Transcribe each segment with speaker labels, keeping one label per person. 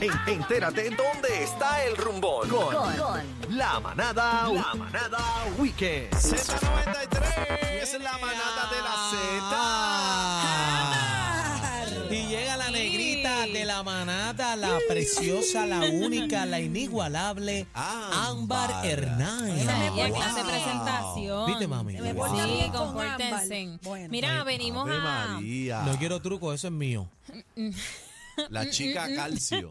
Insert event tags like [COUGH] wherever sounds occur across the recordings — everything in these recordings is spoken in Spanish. Speaker 1: En- entérate dónde está el rumbón con, la manada, la manada weekend.
Speaker 2: Z93, la manada de la Z. Y llega la negrita de la manada, la preciosa, la única, la inigualable, Ámbar Hernández.
Speaker 3: Esa me
Speaker 2: Ah, Wow.
Speaker 3: porta esa presentación.
Speaker 2: Viste, mami.
Speaker 3: Se me
Speaker 2: Wow.
Speaker 3: porta
Speaker 2: Sí,
Speaker 3: bien
Speaker 4: con
Speaker 3: con
Speaker 4: Ámbar. Bueno.
Speaker 3: Mira, venimos
Speaker 2: Ave
Speaker 3: a.
Speaker 1: Ah.
Speaker 2: María. No quiero Mm, truco, eso es mío.
Speaker 5: La chica calcio.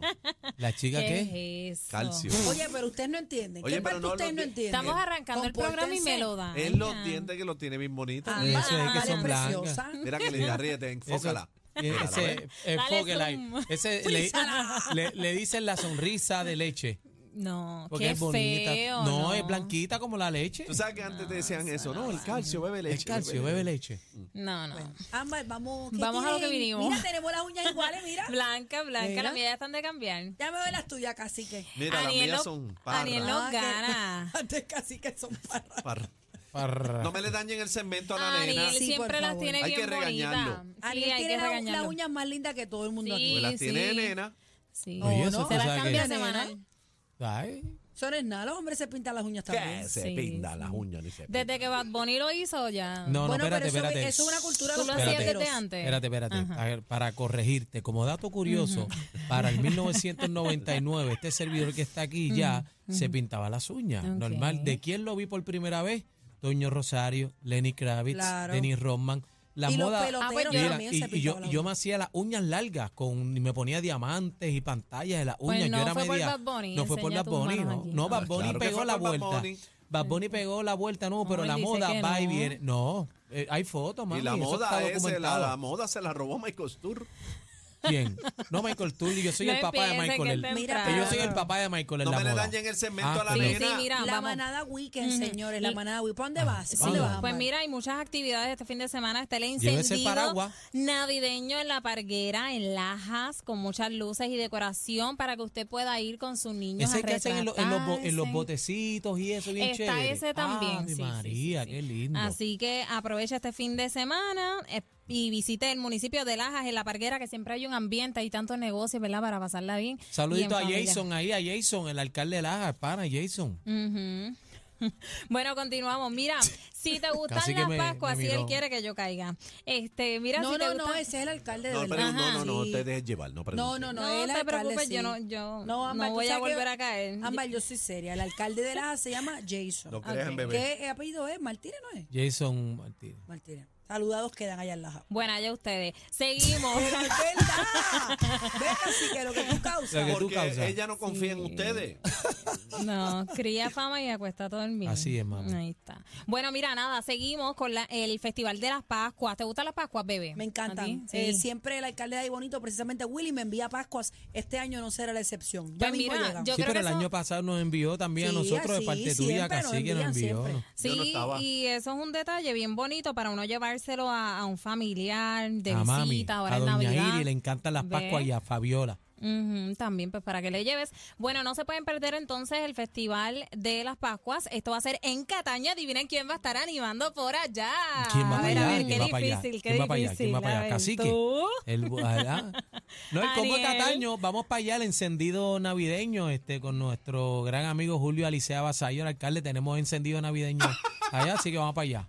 Speaker 2: ¿La chica qué?
Speaker 3: ¿Qué es eso?
Speaker 5: Calcio.
Speaker 4: Oye, pero ustedes no entienden.
Speaker 5: Oye,
Speaker 4: ¿Qué
Speaker 5: pero
Speaker 4: parte
Speaker 5: no lo
Speaker 4: ustedes no
Speaker 5: que-
Speaker 4: entienden?
Speaker 3: Estamos arrancando el programa y me lo dan.
Speaker 5: Es los dientes que los tiene bien bonitos.
Speaker 4: Ah,
Speaker 2: Eso es que
Speaker 4: vale,
Speaker 2: son blancas.
Speaker 4: preciosa.
Speaker 5: Mira que le da ríete, enfócala.
Speaker 2: Eh,
Speaker 5: Enfócala, ¿ves?
Speaker 2: Ese, enfóquela ahí.
Speaker 3: zoom.
Speaker 2: Ese le, le- le dicen la sonrisa de leche.
Speaker 3: No,
Speaker 2: Porque
Speaker 3: qué
Speaker 2: es bonita.
Speaker 3: feo.
Speaker 2: no, es blanquita como la leche.
Speaker 5: Tú sabes que antes te decían
Speaker 2: Ah,
Speaker 5: eso, ¿no? El calcio, bebe leche.
Speaker 2: Es calcio, bebe leche.
Speaker 3: No, no.
Speaker 4: Ámbar, vamos. ¿qué
Speaker 3: Vamos a lo
Speaker 4: tienen?
Speaker 3: que vinimos.
Speaker 4: Mira, tenemos las uñas iguales, mira.
Speaker 3: [LAUGHS] Blanca, blanca.
Speaker 4: Mira.
Speaker 3: Las mías ya están de cambiar.
Speaker 4: Ya me ve las tuyas, cacique.
Speaker 5: Mira, las
Speaker 3: Aniel
Speaker 5: mías
Speaker 3: lo-
Speaker 5: son
Speaker 3: Aniel
Speaker 5: parras.
Speaker 3: lo-
Speaker 4: Ah, que-
Speaker 2: [LAUGHS]
Speaker 3: gana.
Speaker 4: [LAUGHS] Antes cacique son parras.
Speaker 5: Parras.
Speaker 2: Parra.
Speaker 5: No me le dañen el segmento a la
Speaker 3: Aniel
Speaker 5: nena.
Speaker 4: Sí, por
Speaker 3: siempre las
Speaker 4: favor.
Speaker 3: tiene
Speaker 5: Hay que
Speaker 3: bien
Speaker 5: regañarlo.
Speaker 3: bonitas. Sí,
Speaker 4: Ariel
Speaker 3: hay
Speaker 4: tiene
Speaker 3: que
Speaker 4: la- las
Speaker 3: regañarlo.
Speaker 4: uñas más lindas que todo el mundo
Speaker 3: Sí,
Speaker 4: aquí.
Speaker 5: Pues las tiene
Speaker 3: sí.
Speaker 5: nena.
Speaker 3: Sí.
Speaker 2: Oye, eso
Speaker 3: Se
Speaker 2: tú
Speaker 3: las
Speaker 2: sabes
Speaker 3: cambia
Speaker 4: que-
Speaker 3: semanal.
Speaker 2: Ay,
Speaker 4: Son es nada, los hombres se pintan las uñas también.
Speaker 5: Que se
Speaker 3: Sí,
Speaker 5: pinta
Speaker 3: sí.
Speaker 5: las uñas. ni se pinta.
Speaker 3: Desde que Bad Bunny lo hizo ya.
Speaker 2: No, no,
Speaker 4: Bueno,
Speaker 2: espérate,
Speaker 4: pero eso-
Speaker 2: espérate.
Speaker 4: eso es una cultura
Speaker 3: ¿Tú lo
Speaker 4: de los
Speaker 3: hacías
Speaker 4: solteros.
Speaker 3: desde antes?
Speaker 2: Espérate, espérate. A ver, para corregirte, como dato curioso, para el 1999, este servidor que está aquí ya se pintaba las uñas.
Speaker 3: Ok.
Speaker 2: Normal. ¿De quién lo vi por primera vez? Doño Rosario, Lenny Kravitz,
Speaker 4: Claro.
Speaker 2: Dennis Rodman. La
Speaker 4: Y los
Speaker 2: moda.
Speaker 4: peloteros
Speaker 3: Ah, pues yo-
Speaker 4: también
Speaker 2: y,
Speaker 4: se
Speaker 2: y yo,
Speaker 4: pintaban las
Speaker 2: y yo me
Speaker 4: uñas.
Speaker 2: hacía las uñas largas con y me ponía diamantes y pantallas de las
Speaker 3: Pues
Speaker 2: uñas.
Speaker 3: no
Speaker 2: yo era
Speaker 3: fue por
Speaker 2: media-
Speaker 3: Bad Bunny,
Speaker 2: No fue por
Speaker 3: enseña
Speaker 2: Bad
Speaker 3: tus
Speaker 2: Bunny,
Speaker 3: manos
Speaker 2: no.
Speaker 3: aquí. Mm.
Speaker 2: No, Bad
Speaker 5: Ah,
Speaker 2: Bunny
Speaker 5: claro que
Speaker 2: pegó
Speaker 5: fue
Speaker 2: la
Speaker 5: por Bad
Speaker 2: vuelta.
Speaker 5: Bunny.
Speaker 2: Bad Bunny pegó la vuelta, no, pero
Speaker 3: él
Speaker 2: la
Speaker 3: dice
Speaker 2: moda
Speaker 3: que
Speaker 2: va y
Speaker 3: no.
Speaker 2: viene. No, eh, hay fotos, mami.
Speaker 5: Y la
Speaker 2: eso está
Speaker 5: moda ese, la,
Speaker 2: documentado.
Speaker 5: la moda se la robó Michael Stur.
Speaker 2: [LAUGHS] ¿Quién? No, Michael Tully, yo soy
Speaker 3: No
Speaker 2: el papá de
Speaker 3: empiecen,
Speaker 2: Michael.
Speaker 3: que
Speaker 2: el-
Speaker 3: es
Speaker 4: Mira,
Speaker 2: que yo
Speaker 3: temprano.
Speaker 2: soy el papá de Michael en
Speaker 5: No
Speaker 2: la
Speaker 5: me le
Speaker 2: moda. Ah,
Speaker 5: dañen el segmento a la
Speaker 2: pero-
Speaker 3: Sí,
Speaker 5: nena.
Speaker 3: sí, mira,
Speaker 4: La
Speaker 3: Ah, vamos.
Speaker 4: manada weekend, señores, la
Speaker 3: Y-
Speaker 4: manada weekend. ¿Para
Speaker 2: Ah,
Speaker 4: dónde vas? ¿Para
Speaker 2: vamos.
Speaker 4: dónde vas?
Speaker 3: Pues
Speaker 4: Ámbar?
Speaker 3: mira, hay muchas actividades este fin de semana. Está el
Speaker 2: Llévese el
Speaker 3: encendido
Speaker 2: paraguas.
Speaker 3: navideño en la parguera, en Lajas, con muchas luces y decoración para que usted pueda ir con sus niños
Speaker 2: Ese
Speaker 3: a
Speaker 2: que hacen en, lo- en los, bo- en los
Speaker 3: retratarse.
Speaker 2: botecitos y eso, bien
Speaker 3: Está
Speaker 2: chévere.
Speaker 3: ese también.
Speaker 2: Ave
Speaker 3: sí, sí,
Speaker 2: María,
Speaker 3: sí, sí.
Speaker 2: qué lindo.
Speaker 3: Así que aprovecha este fin de semana eh, y visite el municipio de Lajas, en la parguera, que siempre hay un ambiente y tantos negocios, ¿verdad? Para pasarla bien.
Speaker 2: Saludito
Speaker 3: y en
Speaker 2: a
Speaker 3: familia. Mm.
Speaker 2: Jason ahí, a Jason, el alcalde de Laja, pana Jason.
Speaker 3: Ujú. [LAUGHS] Bueno, continuamos.
Speaker 2: [LAUGHS]
Speaker 3: Mira, si te gustan
Speaker 2: Casi que
Speaker 3: las
Speaker 2: me-
Speaker 3: Pascuas,
Speaker 2: me
Speaker 3: si él
Speaker 2: miró.
Speaker 3: quiere que yo caiga. Este, mira,
Speaker 4: No,
Speaker 3: si te
Speaker 4: no, no,
Speaker 3: gustan-
Speaker 4: ese es el alcalde de
Speaker 5: No,
Speaker 4: verdad.
Speaker 5: pero no, no, no,
Speaker 4: Sí.
Speaker 5: te dejes llevar, no preguntes.
Speaker 4: No, no, no,
Speaker 3: No,
Speaker 4: el
Speaker 3: te
Speaker 4: alcalde,
Speaker 3: preocupes, yo
Speaker 4: sí.
Speaker 3: no- yo
Speaker 4: Ámbar,
Speaker 3: no
Speaker 4: tú
Speaker 3: voy a
Speaker 4: sabes que-
Speaker 3: volver a caer.
Speaker 4: Ámbar, yo soy seria. El alcalde de la se llama Jason.
Speaker 5: No creas en
Speaker 3: Ok.
Speaker 5: bebé.
Speaker 4: ¿Qué apellido es? ¿Martínez no es?
Speaker 2: Jason Martínez.
Speaker 4: Martínez. Saludados quedan allá en la japa.
Speaker 3: Bueno, allá ustedes.
Speaker 2: [LAUGHS]
Speaker 3: Seguimos.
Speaker 4: Pero es verdad. Ves así que lo que tú causas.
Speaker 2: Lo que tú causas.
Speaker 5: Porque ella no confía en [LAUGHS] ustedes.
Speaker 3: No, cría fama y acuesta a todo el mundo.
Speaker 2: Así es, mami.
Speaker 3: Ahí está. Bueno, mira, nada, seguimos con la- el Festival de las Pascuas. ¿Te gustan las Pascuas, bebé? ¿A
Speaker 4: Me
Speaker 3: ti?
Speaker 4: encantan.
Speaker 3: Sí.
Speaker 4: Eh, siempre el alcalde de ahí bonito, precisamente Willy, me envía Pascuas. Este año no será la excepción. Ya
Speaker 3: Pues
Speaker 4: mismo
Speaker 3: mira,
Speaker 4: llega.
Speaker 3: yo-
Speaker 2: sí,
Speaker 3: creo
Speaker 2: pero
Speaker 3: que
Speaker 2: el
Speaker 3: eso-
Speaker 2: año pasado nos envió también
Speaker 4: Sí,
Speaker 2: a nosotros de
Speaker 4: así,
Speaker 2: parte tuya,
Speaker 4: siempre nos
Speaker 2: casi que nos
Speaker 4: envían,
Speaker 2: envió.
Speaker 4: siempre.
Speaker 3: Sí,
Speaker 5: Yo no estaba.
Speaker 3: y eso es un detalle bien bonito para uno llevárselo a, a un familiar de
Speaker 2: a
Speaker 3: visita,
Speaker 2: Ah, mami,
Speaker 3: ahora
Speaker 2: a
Speaker 3: en
Speaker 2: doña
Speaker 3: Navidad.
Speaker 2: Iri le encantan las
Speaker 3: ¿Ve?
Speaker 2: Pascuas y a Fabiola.
Speaker 3: Ujú, también, pues para que le lleves. Bueno, no se pueden perder entonces el Festival de las Pascuas. Esto va a ser en Cataña. Adivinen quién va a estar animando por allá.
Speaker 2: ¿Quién va
Speaker 3: a
Speaker 2: para
Speaker 3: ver, a
Speaker 2: allá?
Speaker 3: ver, Ah, qué
Speaker 2: ¿Quién va para allá?
Speaker 3: difícil, qué
Speaker 2: ¿Quién va para allá?
Speaker 3: difícil.
Speaker 2: ¿Quién va para
Speaker 3: A
Speaker 2: allá?
Speaker 3: ver,
Speaker 2: Cacique.
Speaker 3: tú.
Speaker 2: El, bu- allá. No, el combo de
Speaker 3: Ariel.
Speaker 2: Cataño, vamos para allá al encendido navideño este, con nuestro gran amigo Julio Alicea Basayo, el alcalde. Tenemos encendido navideño allá, así que vamos para allá.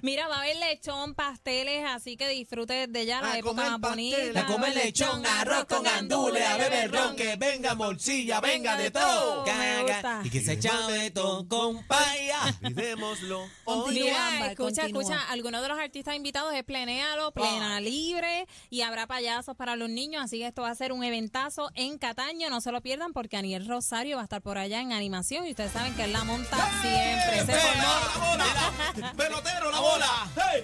Speaker 3: Mira, va a haber lechón, pasteles, así que disfrute de ya la
Speaker 5: A
Speaker 3: época
Speaker 5: comer
Speaker 3: más bonita.
Speaker 5: pasteles. A
Speaker 3: Va a haber
Speaker 2: venga morcilla,
Speaker 3: Me gusta.
Speaker 2: y que se echa de todo, [LAUGHS] compaya.
Speaker 5: [LAUGHS] Olvidémoslo.
Speaker 4: Continúa,
Speaker 3: Mira,
Speaker 4: Ámbar,
Speaker 3: escucha,
Speaker 4: continúa.
Speaker 3: escucha, algunos de los artistas invitados es
Speaker 5: Ah.
Speaker 3: Plenéalo, Plena Libre y habrá payasos para los niños, así que esto va a ser un eventazo en Cataño, no se lo pierdan porque Aniel Rosario va a estar por allá en animación y ustedes saben que él la monta siempre. Se formó.
Speaker 5: ¡Pelotero, la bola!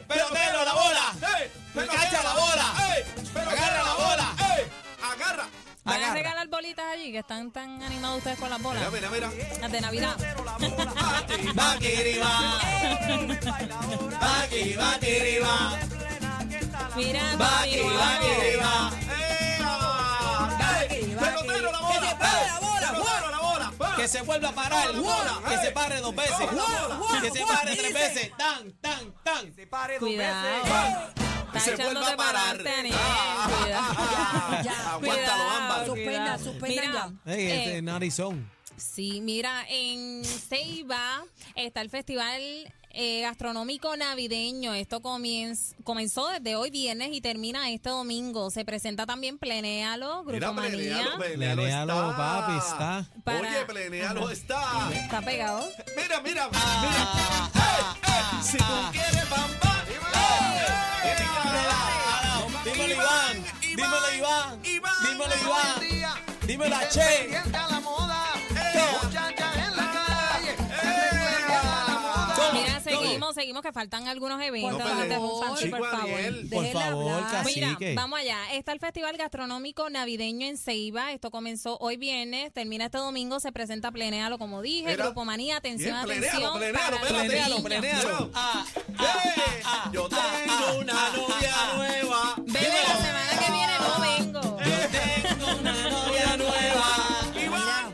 Speaker 5: ¡Pelotero, la bola! ¡Cacha la bola! ¡Agarra la bola! ¡Agarra!
Speaker 3: Van a regalar bolitas allí que están tan animados ustedes con las bolas.
Speaker 5: Mira, mira, mira.
Speaker 3: Las de Navidad.
Speaker 5: Bakiriba. Baki, bakiriba.
Speaker 3: Mira,
Speaker 5: Baki,
Speaker 3: continuamos.
Speaker 5: bakiriba. Pelotero, la bola.
Speaker 4: Que te pare la bola,
Speaker 5: Pelotero, la bola.
Speaker 2: Que se vuelva a parar, que se pare dos veces,
Speaker 4: Guau, guau,
Speaker 2: que se
Speaker 4: guau,
Speaker 2: pare tres
Speaker 4: dice.
Speaker 2: veces, tan, tan, tan.
Speaker 3: Cuidado.
Speaker 5: y se
Speaker 3: echándote
Speaker 5: vuelva a
Speaker 3: para
Speaker 5: parar.
Speaker 3: adelante,
Speaker 5: [LAUGHS]
Speaker 3: Aniel,
Speaker 5: Ah,
Speaker 3: cuidado.
Speaker 5: ah, ah,
Speaker 4: Ya,
Speaker 5: Aguántalo,
Speaker 3: Cuidado,
Speaker 5: ámbar.
Speaker 4: Suspenda,
Speaker 3: cuidado.
Speaker 4: suspenda
Speaker 3: Mira,
Speaker 4: ya.
Speaker 2: Ey,
Speaker 3: eh,
Speaker 2: este es narizón.
Speaker 3: Sí, mira, en Ceiba está el Festival eh, Gastronómico Navideño. Esto comienz- comenzó desde hoy viernes y termina este domingo. Se presenta también Plenéalo, Grupo
Speaker 5: Mira,
Speaker 3: Manía.
Speaker 5: plenéalo, plenéalo
Speaker 2: Plenéalo,
Speaker 5: está.
Speaker 2: papi, está.
Speaker 3: Para-
Speaker 5: Oye, plenéalo está.
Speaker 3: Está pegado.
Speaker 5: Mira, mira, mira.
Speaker 3: Ah.
Speaker 5: Ey, ey, si tú quieres bamba, ey, ey,
Speaker 2: Dímelo, Iván. Dímelo, Iván. Dímelo, Iván.
Speaker 5: buen día.
Speaker 2: Dímelo, Che.
Speaker 5: Eh.
Speaker 3: Mira, seguimos, seguimos que faltan algunos eventos.
Speaker 5: No
Speaker 3: No te
Speaker 5: peleen.
Speaker 3: rompas,
Speaker 5: Chico
Speaker 3: por favor.
Speaker 5: Ariel.
Speaker 2: Por
Speaker 4: Déjela
Speaker 2: favor,
Speaker 4: hablar.
Speaker 2: casi.
Speaker 3: Mira,
Speaker 2: Cacique.
Speaker 3: vamos allá. Está el Festival Gastronómico Navideño en Ceiba. Esto comenzó hoy viernes, termina este domingo, se presenta Plenéalo, como dije,
Speaker 5: Mira.
Speaker 3: Grupo Manía, atención,
Speaker 5: Bien,
Speaker 3: atención.
Speaker 5: plenéalo, plenéalo,
Speaker 3: para los
Speaker 5: plenéalo,
Speaker 3: niños.
Speaker 5: plenéalo.
Speaker 2: Ah,
Speaker 5: Ey,
Speaker 3: ah.
Speaker 5: Yo tengo una novia nueva.
Speaker 3: Bebe, la semana que viene no vengo.
Speaker 2: tengo una novia
Speaker 5: Iván,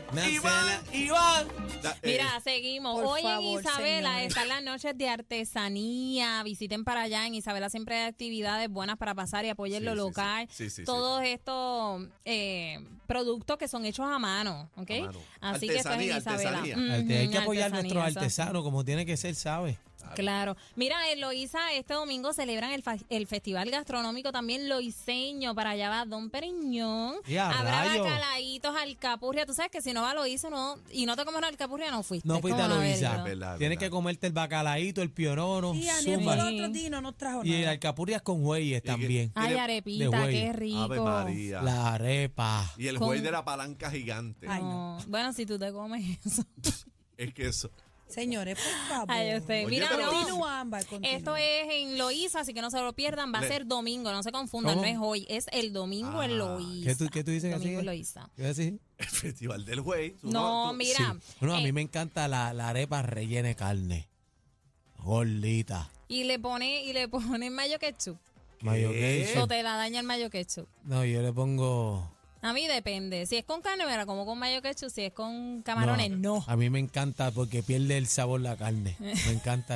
Speaker 5: Iván.
Speaker 2: Iván.
Speaker 5: Da- eh,
Speaker 3: Mira, seguimos.
Speaker 4: Por
Speaker 3: Hoy en
Speaker 4: favor,
Speaker 3: Isabela
Speaker 4: señores.
Speaker 3: están las noches de artesanía. Visiten para allá. En Isabela siempre hay actividades buenas para pasar y apoyen
Speaker 5: Sí,
Speaker 3: lo
Speaker 5: sí, sí.
Speaker 3: local.
Speaker 5: Sí, sí, sí.
Speaker 3: Todos estos eh, productos que son hechos a mano. ¿ok?
Speaker 5: A mano.
Speaker 3: Así que esto es en
Speaker 5: Artesanía,
Speaker 3: Isabela.
Speaker 5: artesanía.
Speaker 3: Ujú,
Speaker 2: Hay que apoyar a nuestros
Speaker 3: artesanía, eso.
Speaker 2: artesanos como tiene que ser, ¿sabes?
Speaker 3: Claro. Mira, en Loíza este domingo celebran el, fa- el Festival Gastronómico también loiseño. Para allá va Don Periñón.
Speaker 2: Y a
Speaker 3: Habrá
Speaker 2: rayos.
Speaker 3: bacalaitos, alcapurria. Tú sabes que si no va a Loíza no, y no te comes una alcapurria, no fuiste.
Speaker 2: No
Speaker 3: Es
Speaker 2: fuiste a
Speaker 3: como una
Speaker 2: Loiza.
Speaker 3: verga.
Speaker 5: Es verdad, es
Speaker 2: Tienes
Speaker 5: verdad.
Speaker 2: que comerte el bacalaíto, el piorono,
Speaker 4: Y Aniel fue
Speaker 2: zumba.
Speaker 4: el
Speaker 3: Zumba.
Speaker 4: otro día y no nos trajo
Speaker 2: Y el
Speaker 4: nada.
Speaker 2: alcapurrias con güeyes también.
Speaker 3: Ay,
Speaker 5: Tiene-
Speaker 2: de
Speaker 3: arepita,
Speaker 2: huevo.
Speaker 3: qué rico.
Speaker 5: Ave María.
Speaker 2: La arepa.
Speaker 5: Y el
Speaker 3: Con-
Speaker 5: juez de la palanca gigante.
Speaker 4: Ay, no.
Speaker 3: No. Bueno, si tú te comes [LAUGHS] eso.
Speaker 5: Es que eso. [LAUGHS]
Speaker 4: Señores, por favor.
Speaker 3: Ay, yo sé.
Speaker 5: Oye,
Speaker 3: Mira,
Speaker 5: pero-
Speaker 3: no.
Speaker 4: Continúa, Ámbar, continúa.
Speaker 3: Esto es en Loíza, así que no se lo pierdan. Va a
Speaker 5: Le-
Speaker 3: ser domingo, no se confundan,
Speaker 2: ¿Cómo? Ah.
Speaker 3: no es hoy, es el domingo en Loíza.
Speaker 2: ¿Qué tú, qué tú dices así?
Speaker 3: Domingo en Loíza.
Speaker 2: ¿Qué decís?
Speaker 5: El festival del juez. tú
Speaker 3: No,
Speaker 5: tú-
Speaker 3: mira.
Speaker 2: Sí. Bueno, a
Speaker 3: eh,
Speaker 2: mí me encanta la, la arepa rellena de carne. Gordita.
Speaker 3: Y le pone, y le [LAUGHS] pone mayo ketchup.
Speaker 2: Mayo
Speaker 5: ¿Qué?
Speaker 2: queso.
Speaker 3: O te la daña el mayo ketchup.
Speaker 2: No, yo le pongo.
Speaker 3: A mí depende. Si es con carne, me la como con mayo ketchup. Si es con camarones, no.
Speaker 2: A mí me encanta porque pierde el sabor la carne. Me encanta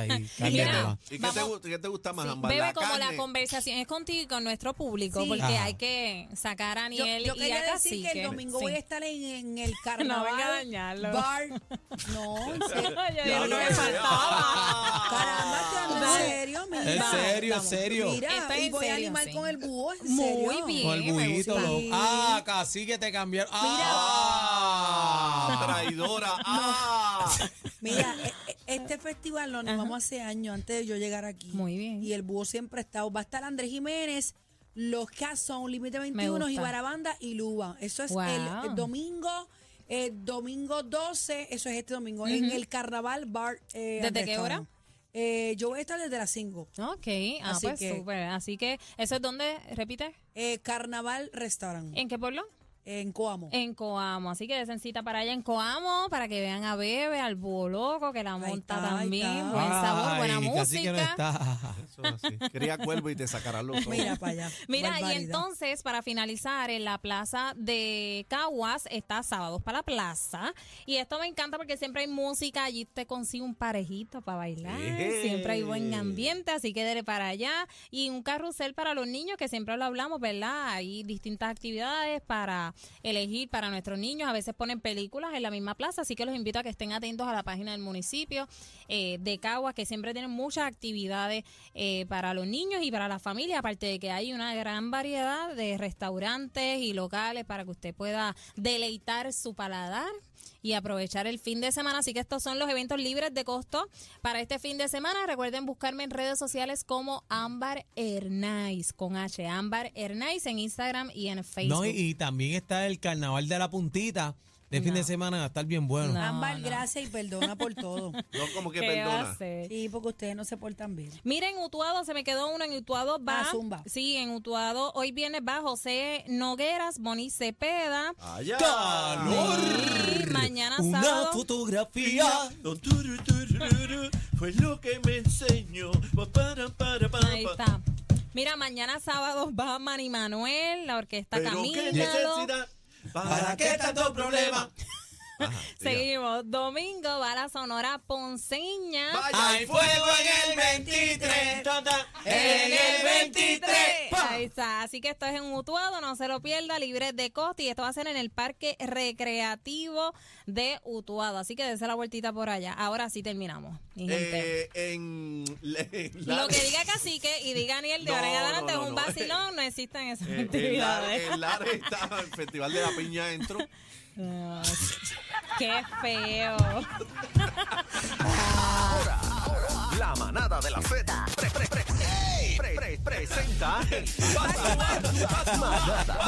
Speaker 3: [LAUGHS]
Speaker 2: ahí. carne
Speaker 5: ¿Y qué
Speaker 3: Mira,
Speaker 5: te-
Speaker 2: nueva.
Speaker 5: ¿Y qué
Speaker 3: vamos-
Speaker 5: te, gusta- qué te gusta
Speaker 4: Ah,
Speaker 5: más,
Speaker 3: Sí,
Speaker 5: Ámbar?
Speaker 3: Bebe, como la
Speaker 5: carne?
Speaker 3: conversación es contigo y con nuestro público,
Speaker 4: Sí.
Speaker 3: porque
Speaker 2: Ajá.
Speaker 3: hay que sacar a
Speaker 4: Yo,
Speaker 3: Aniel
Speaker 4: yo
Speaker 3: y a
Speaker 4: quería decir que
Speaker 3: Cacique.
Speaker 4: el domingo
Speaker 3: Sí. [LAUGHS]
Speaker 4: voy a estar en, en el carnaval.
Speaker 3: venga a dañarlo. [LAUGHS]
Speaker 4: Bar. No, en serio.
Speaker 3: Ya,
Speaker 5: Ya
Speaker 3: ya,
Speaker 5: lo
Speaker 3: ya.
Speaker 5: que faltaba.
Speaker 4: Caramba, te hablo en
Speaker 3: Dale.
Speaker 4: serio, mira.
Speaker 2: En serio, en
Speaker 3: vamos.
Speaker 2: serio.
Speaker 4: Mira,
Speaker 3: Está
Speaker 4: y
Speaker 3: en
Speaker 4: voy a
Speaker 3: serio,
Speaker 4: animar
Speaker 3: sí.
Speaker 4: con el búho, en
Speaker 3: Muy
Speaker 4: serio.
Speaker 3: bien.
Speaker 2: Con el
Speaker 3: me
Speaker 2: bullito.
Speaker 3: gusta.
Speaker 2: lo-
Speaker 4: Sí.
Speaker 2: Ah, casi que te cambiaron. Ah.
Speaker 3: [LAUGHS]
Speaker 5: Traidora. Ah.
Speaker 4: Mira, e- e- este festival lo animamos hace años antes de yo llegar aquí.
Speaker 3: Muy bien.
Speaker 4: Y el búho siempre ha estado. Va a estar Andrés Jiménez, Los Cazón, Límite 21,
Speaker 3: gusta.
Speaker 4: Ibarabanda y Luba. Eso es
Speaker 3: Wow.
Speaker 4: el, el domingo. eh, domingo 12, eso es este domingo, en el Carnaval Bar. eh,
Speaker 3: ¿Desde
Speaker 4: Andrés
Speaker 3: qué hora?
Speaker 4: Cabán. Eh, yo voy a estar desde las 5.
Speaker 3: Ok, ah,
Speaker 4: Así
Speaker 3: pues
Speaker 4: que-
Speaker 3: súper. Así que, ¿eso es donde? Repite.
Speaker 4: Eh, Carnaval Restaurant,
Speaker 3: ¿En qué pueblo?
Speaker 4: en Coamo.
Speaker 3: En Coamo, así que desen cita para allá en Coamo para que vean a Bebe, al Búho Loco, que la
Speaker 4: Ahí
Speaker 3: monta
Speaker 4: está, ahí
Speaker 3: también.
Speaker 4: está.
Speaker 3: Buen sabor, buena
Speaker 2: Ay, casi que no
Speaker 3: música.
Speaker 2: está.
Speaker 5: Eso es así. Cría cuervo y te sacarán los ojos.
Speaker 4: Mira para allá.
Speaker 3: [LAUGHS] Mira,
Speaker 4: barbaridad.
Speaker 3: y entonces, para finalizar, en la plaza de Caguas está Sábados para la Plaza. Y esto me encanta porque siempre hay música. Allí te consigue un parejito para bailar.
Speaker 5: Ey.
Speaker 3: Siempre hay buen ambiente, así que dele para allá. Y un carrusel para los niños, que siempre lo hablamos, ¿verdad? Hay distintas actividades para elegir para nuestros niños. A veces ponen películas en la misma plaza, así que los invito a que estén atentos a la página del municipio eh, de Caguas, que siempre tienen muchas actividades eh, para los niños y para la familia, aparte de que hay una gran variedad de restaurantes y locales para que usted pueda deleitar su paladar y aprovechar el fin de semana. Así que estos son los eventos libres de costo para este fin de semana. Recuerden buscarme en redes sociales como Ámbar Hernáiz, con H, Ámbar Hernáiz en Instagram y en Facebook.
Speaker 2: No, y, y también está el carnaval de la puntita. De fin
Speaker 3: No.
Speaker 2: de semana va a estar bien bueno.
Speaker 3: No.
Speaker 4: Ámbar, gracias y perdona
Speaker 3: [LAUGHS]
Speaker 4: por todo.
Speaker 5: No, como que
Speaker 3: ¿Qué va a
Speaker 5: perdona.
Speaker 3: hacer?
Speaker 4: Sí, porque ustedes no se portan bien.
Speaker 3: Miren, Utuado, se me quedó uno en Utuado. Va,
Speaker 4: Ah, Zumba.
Speaker 3: Sí, en Utuado. Hoy viene va José Nogueras, Boni Cepeda.
Speaker 5: Allá.
Speaker 2: ¡Calor!
Speaker 3: Sí, mañana
Speaker 2: Una
Speaker 3: sábado.
Speaker 2: fotografía.
Speaker 5: Don Turu, Turu, Turu, Fue lo que me enseñó. Pa, para, para, para,
Speaker 3: Ahí
Speaker 5: pa.
Speaker 3: está. Mira, mañana sábado va Manny Manuel, la orquesta
Speaker 5: Pero qué
Speaker 3: Camínalo.
Speaker 5: necesidad. ¿Para qué tanto problema? Ajá, diga.
Speaker 3: Seguimos. Domingo va la Sonora Ponceña.
Speaker 5: eh, Vaya, hay fuego en el 23. En el 23.
Speaker 3: Ahí está. Así que esto es en Utuado, no se lo pierda, libre de costo. Y esto va a ser en el Parque Recreativo de Utuado. Así que dése la vueltita por allá. Ahora sí terminamos. mi gente.
Speaker 5: Eh, en, en la- eh,
Speaker 3: Lo que diga Cacique y diga Aniel de
Speaker 5: [LAUGHS] No,
Speaker 3: ahora en
Speaker 5: no,
Speaker 3: adelante
Speaker 5: no,
Speaker 3: es un
Speaker 5: no.
Speaker 3: vacilón, no existen esas
Speaker 5: [LAUGHS]
Speaker 3: [LAUGHS]
Speaker 5: eh, en la-
Speaker 3: actividades.
Speaker 5: en la está el Festival de la Piña Entro.
Speaker 3: No, Qué feo.
Speaker 1: La manada de la Z. Pre- pre- pre- pre- pre- presenta. Manada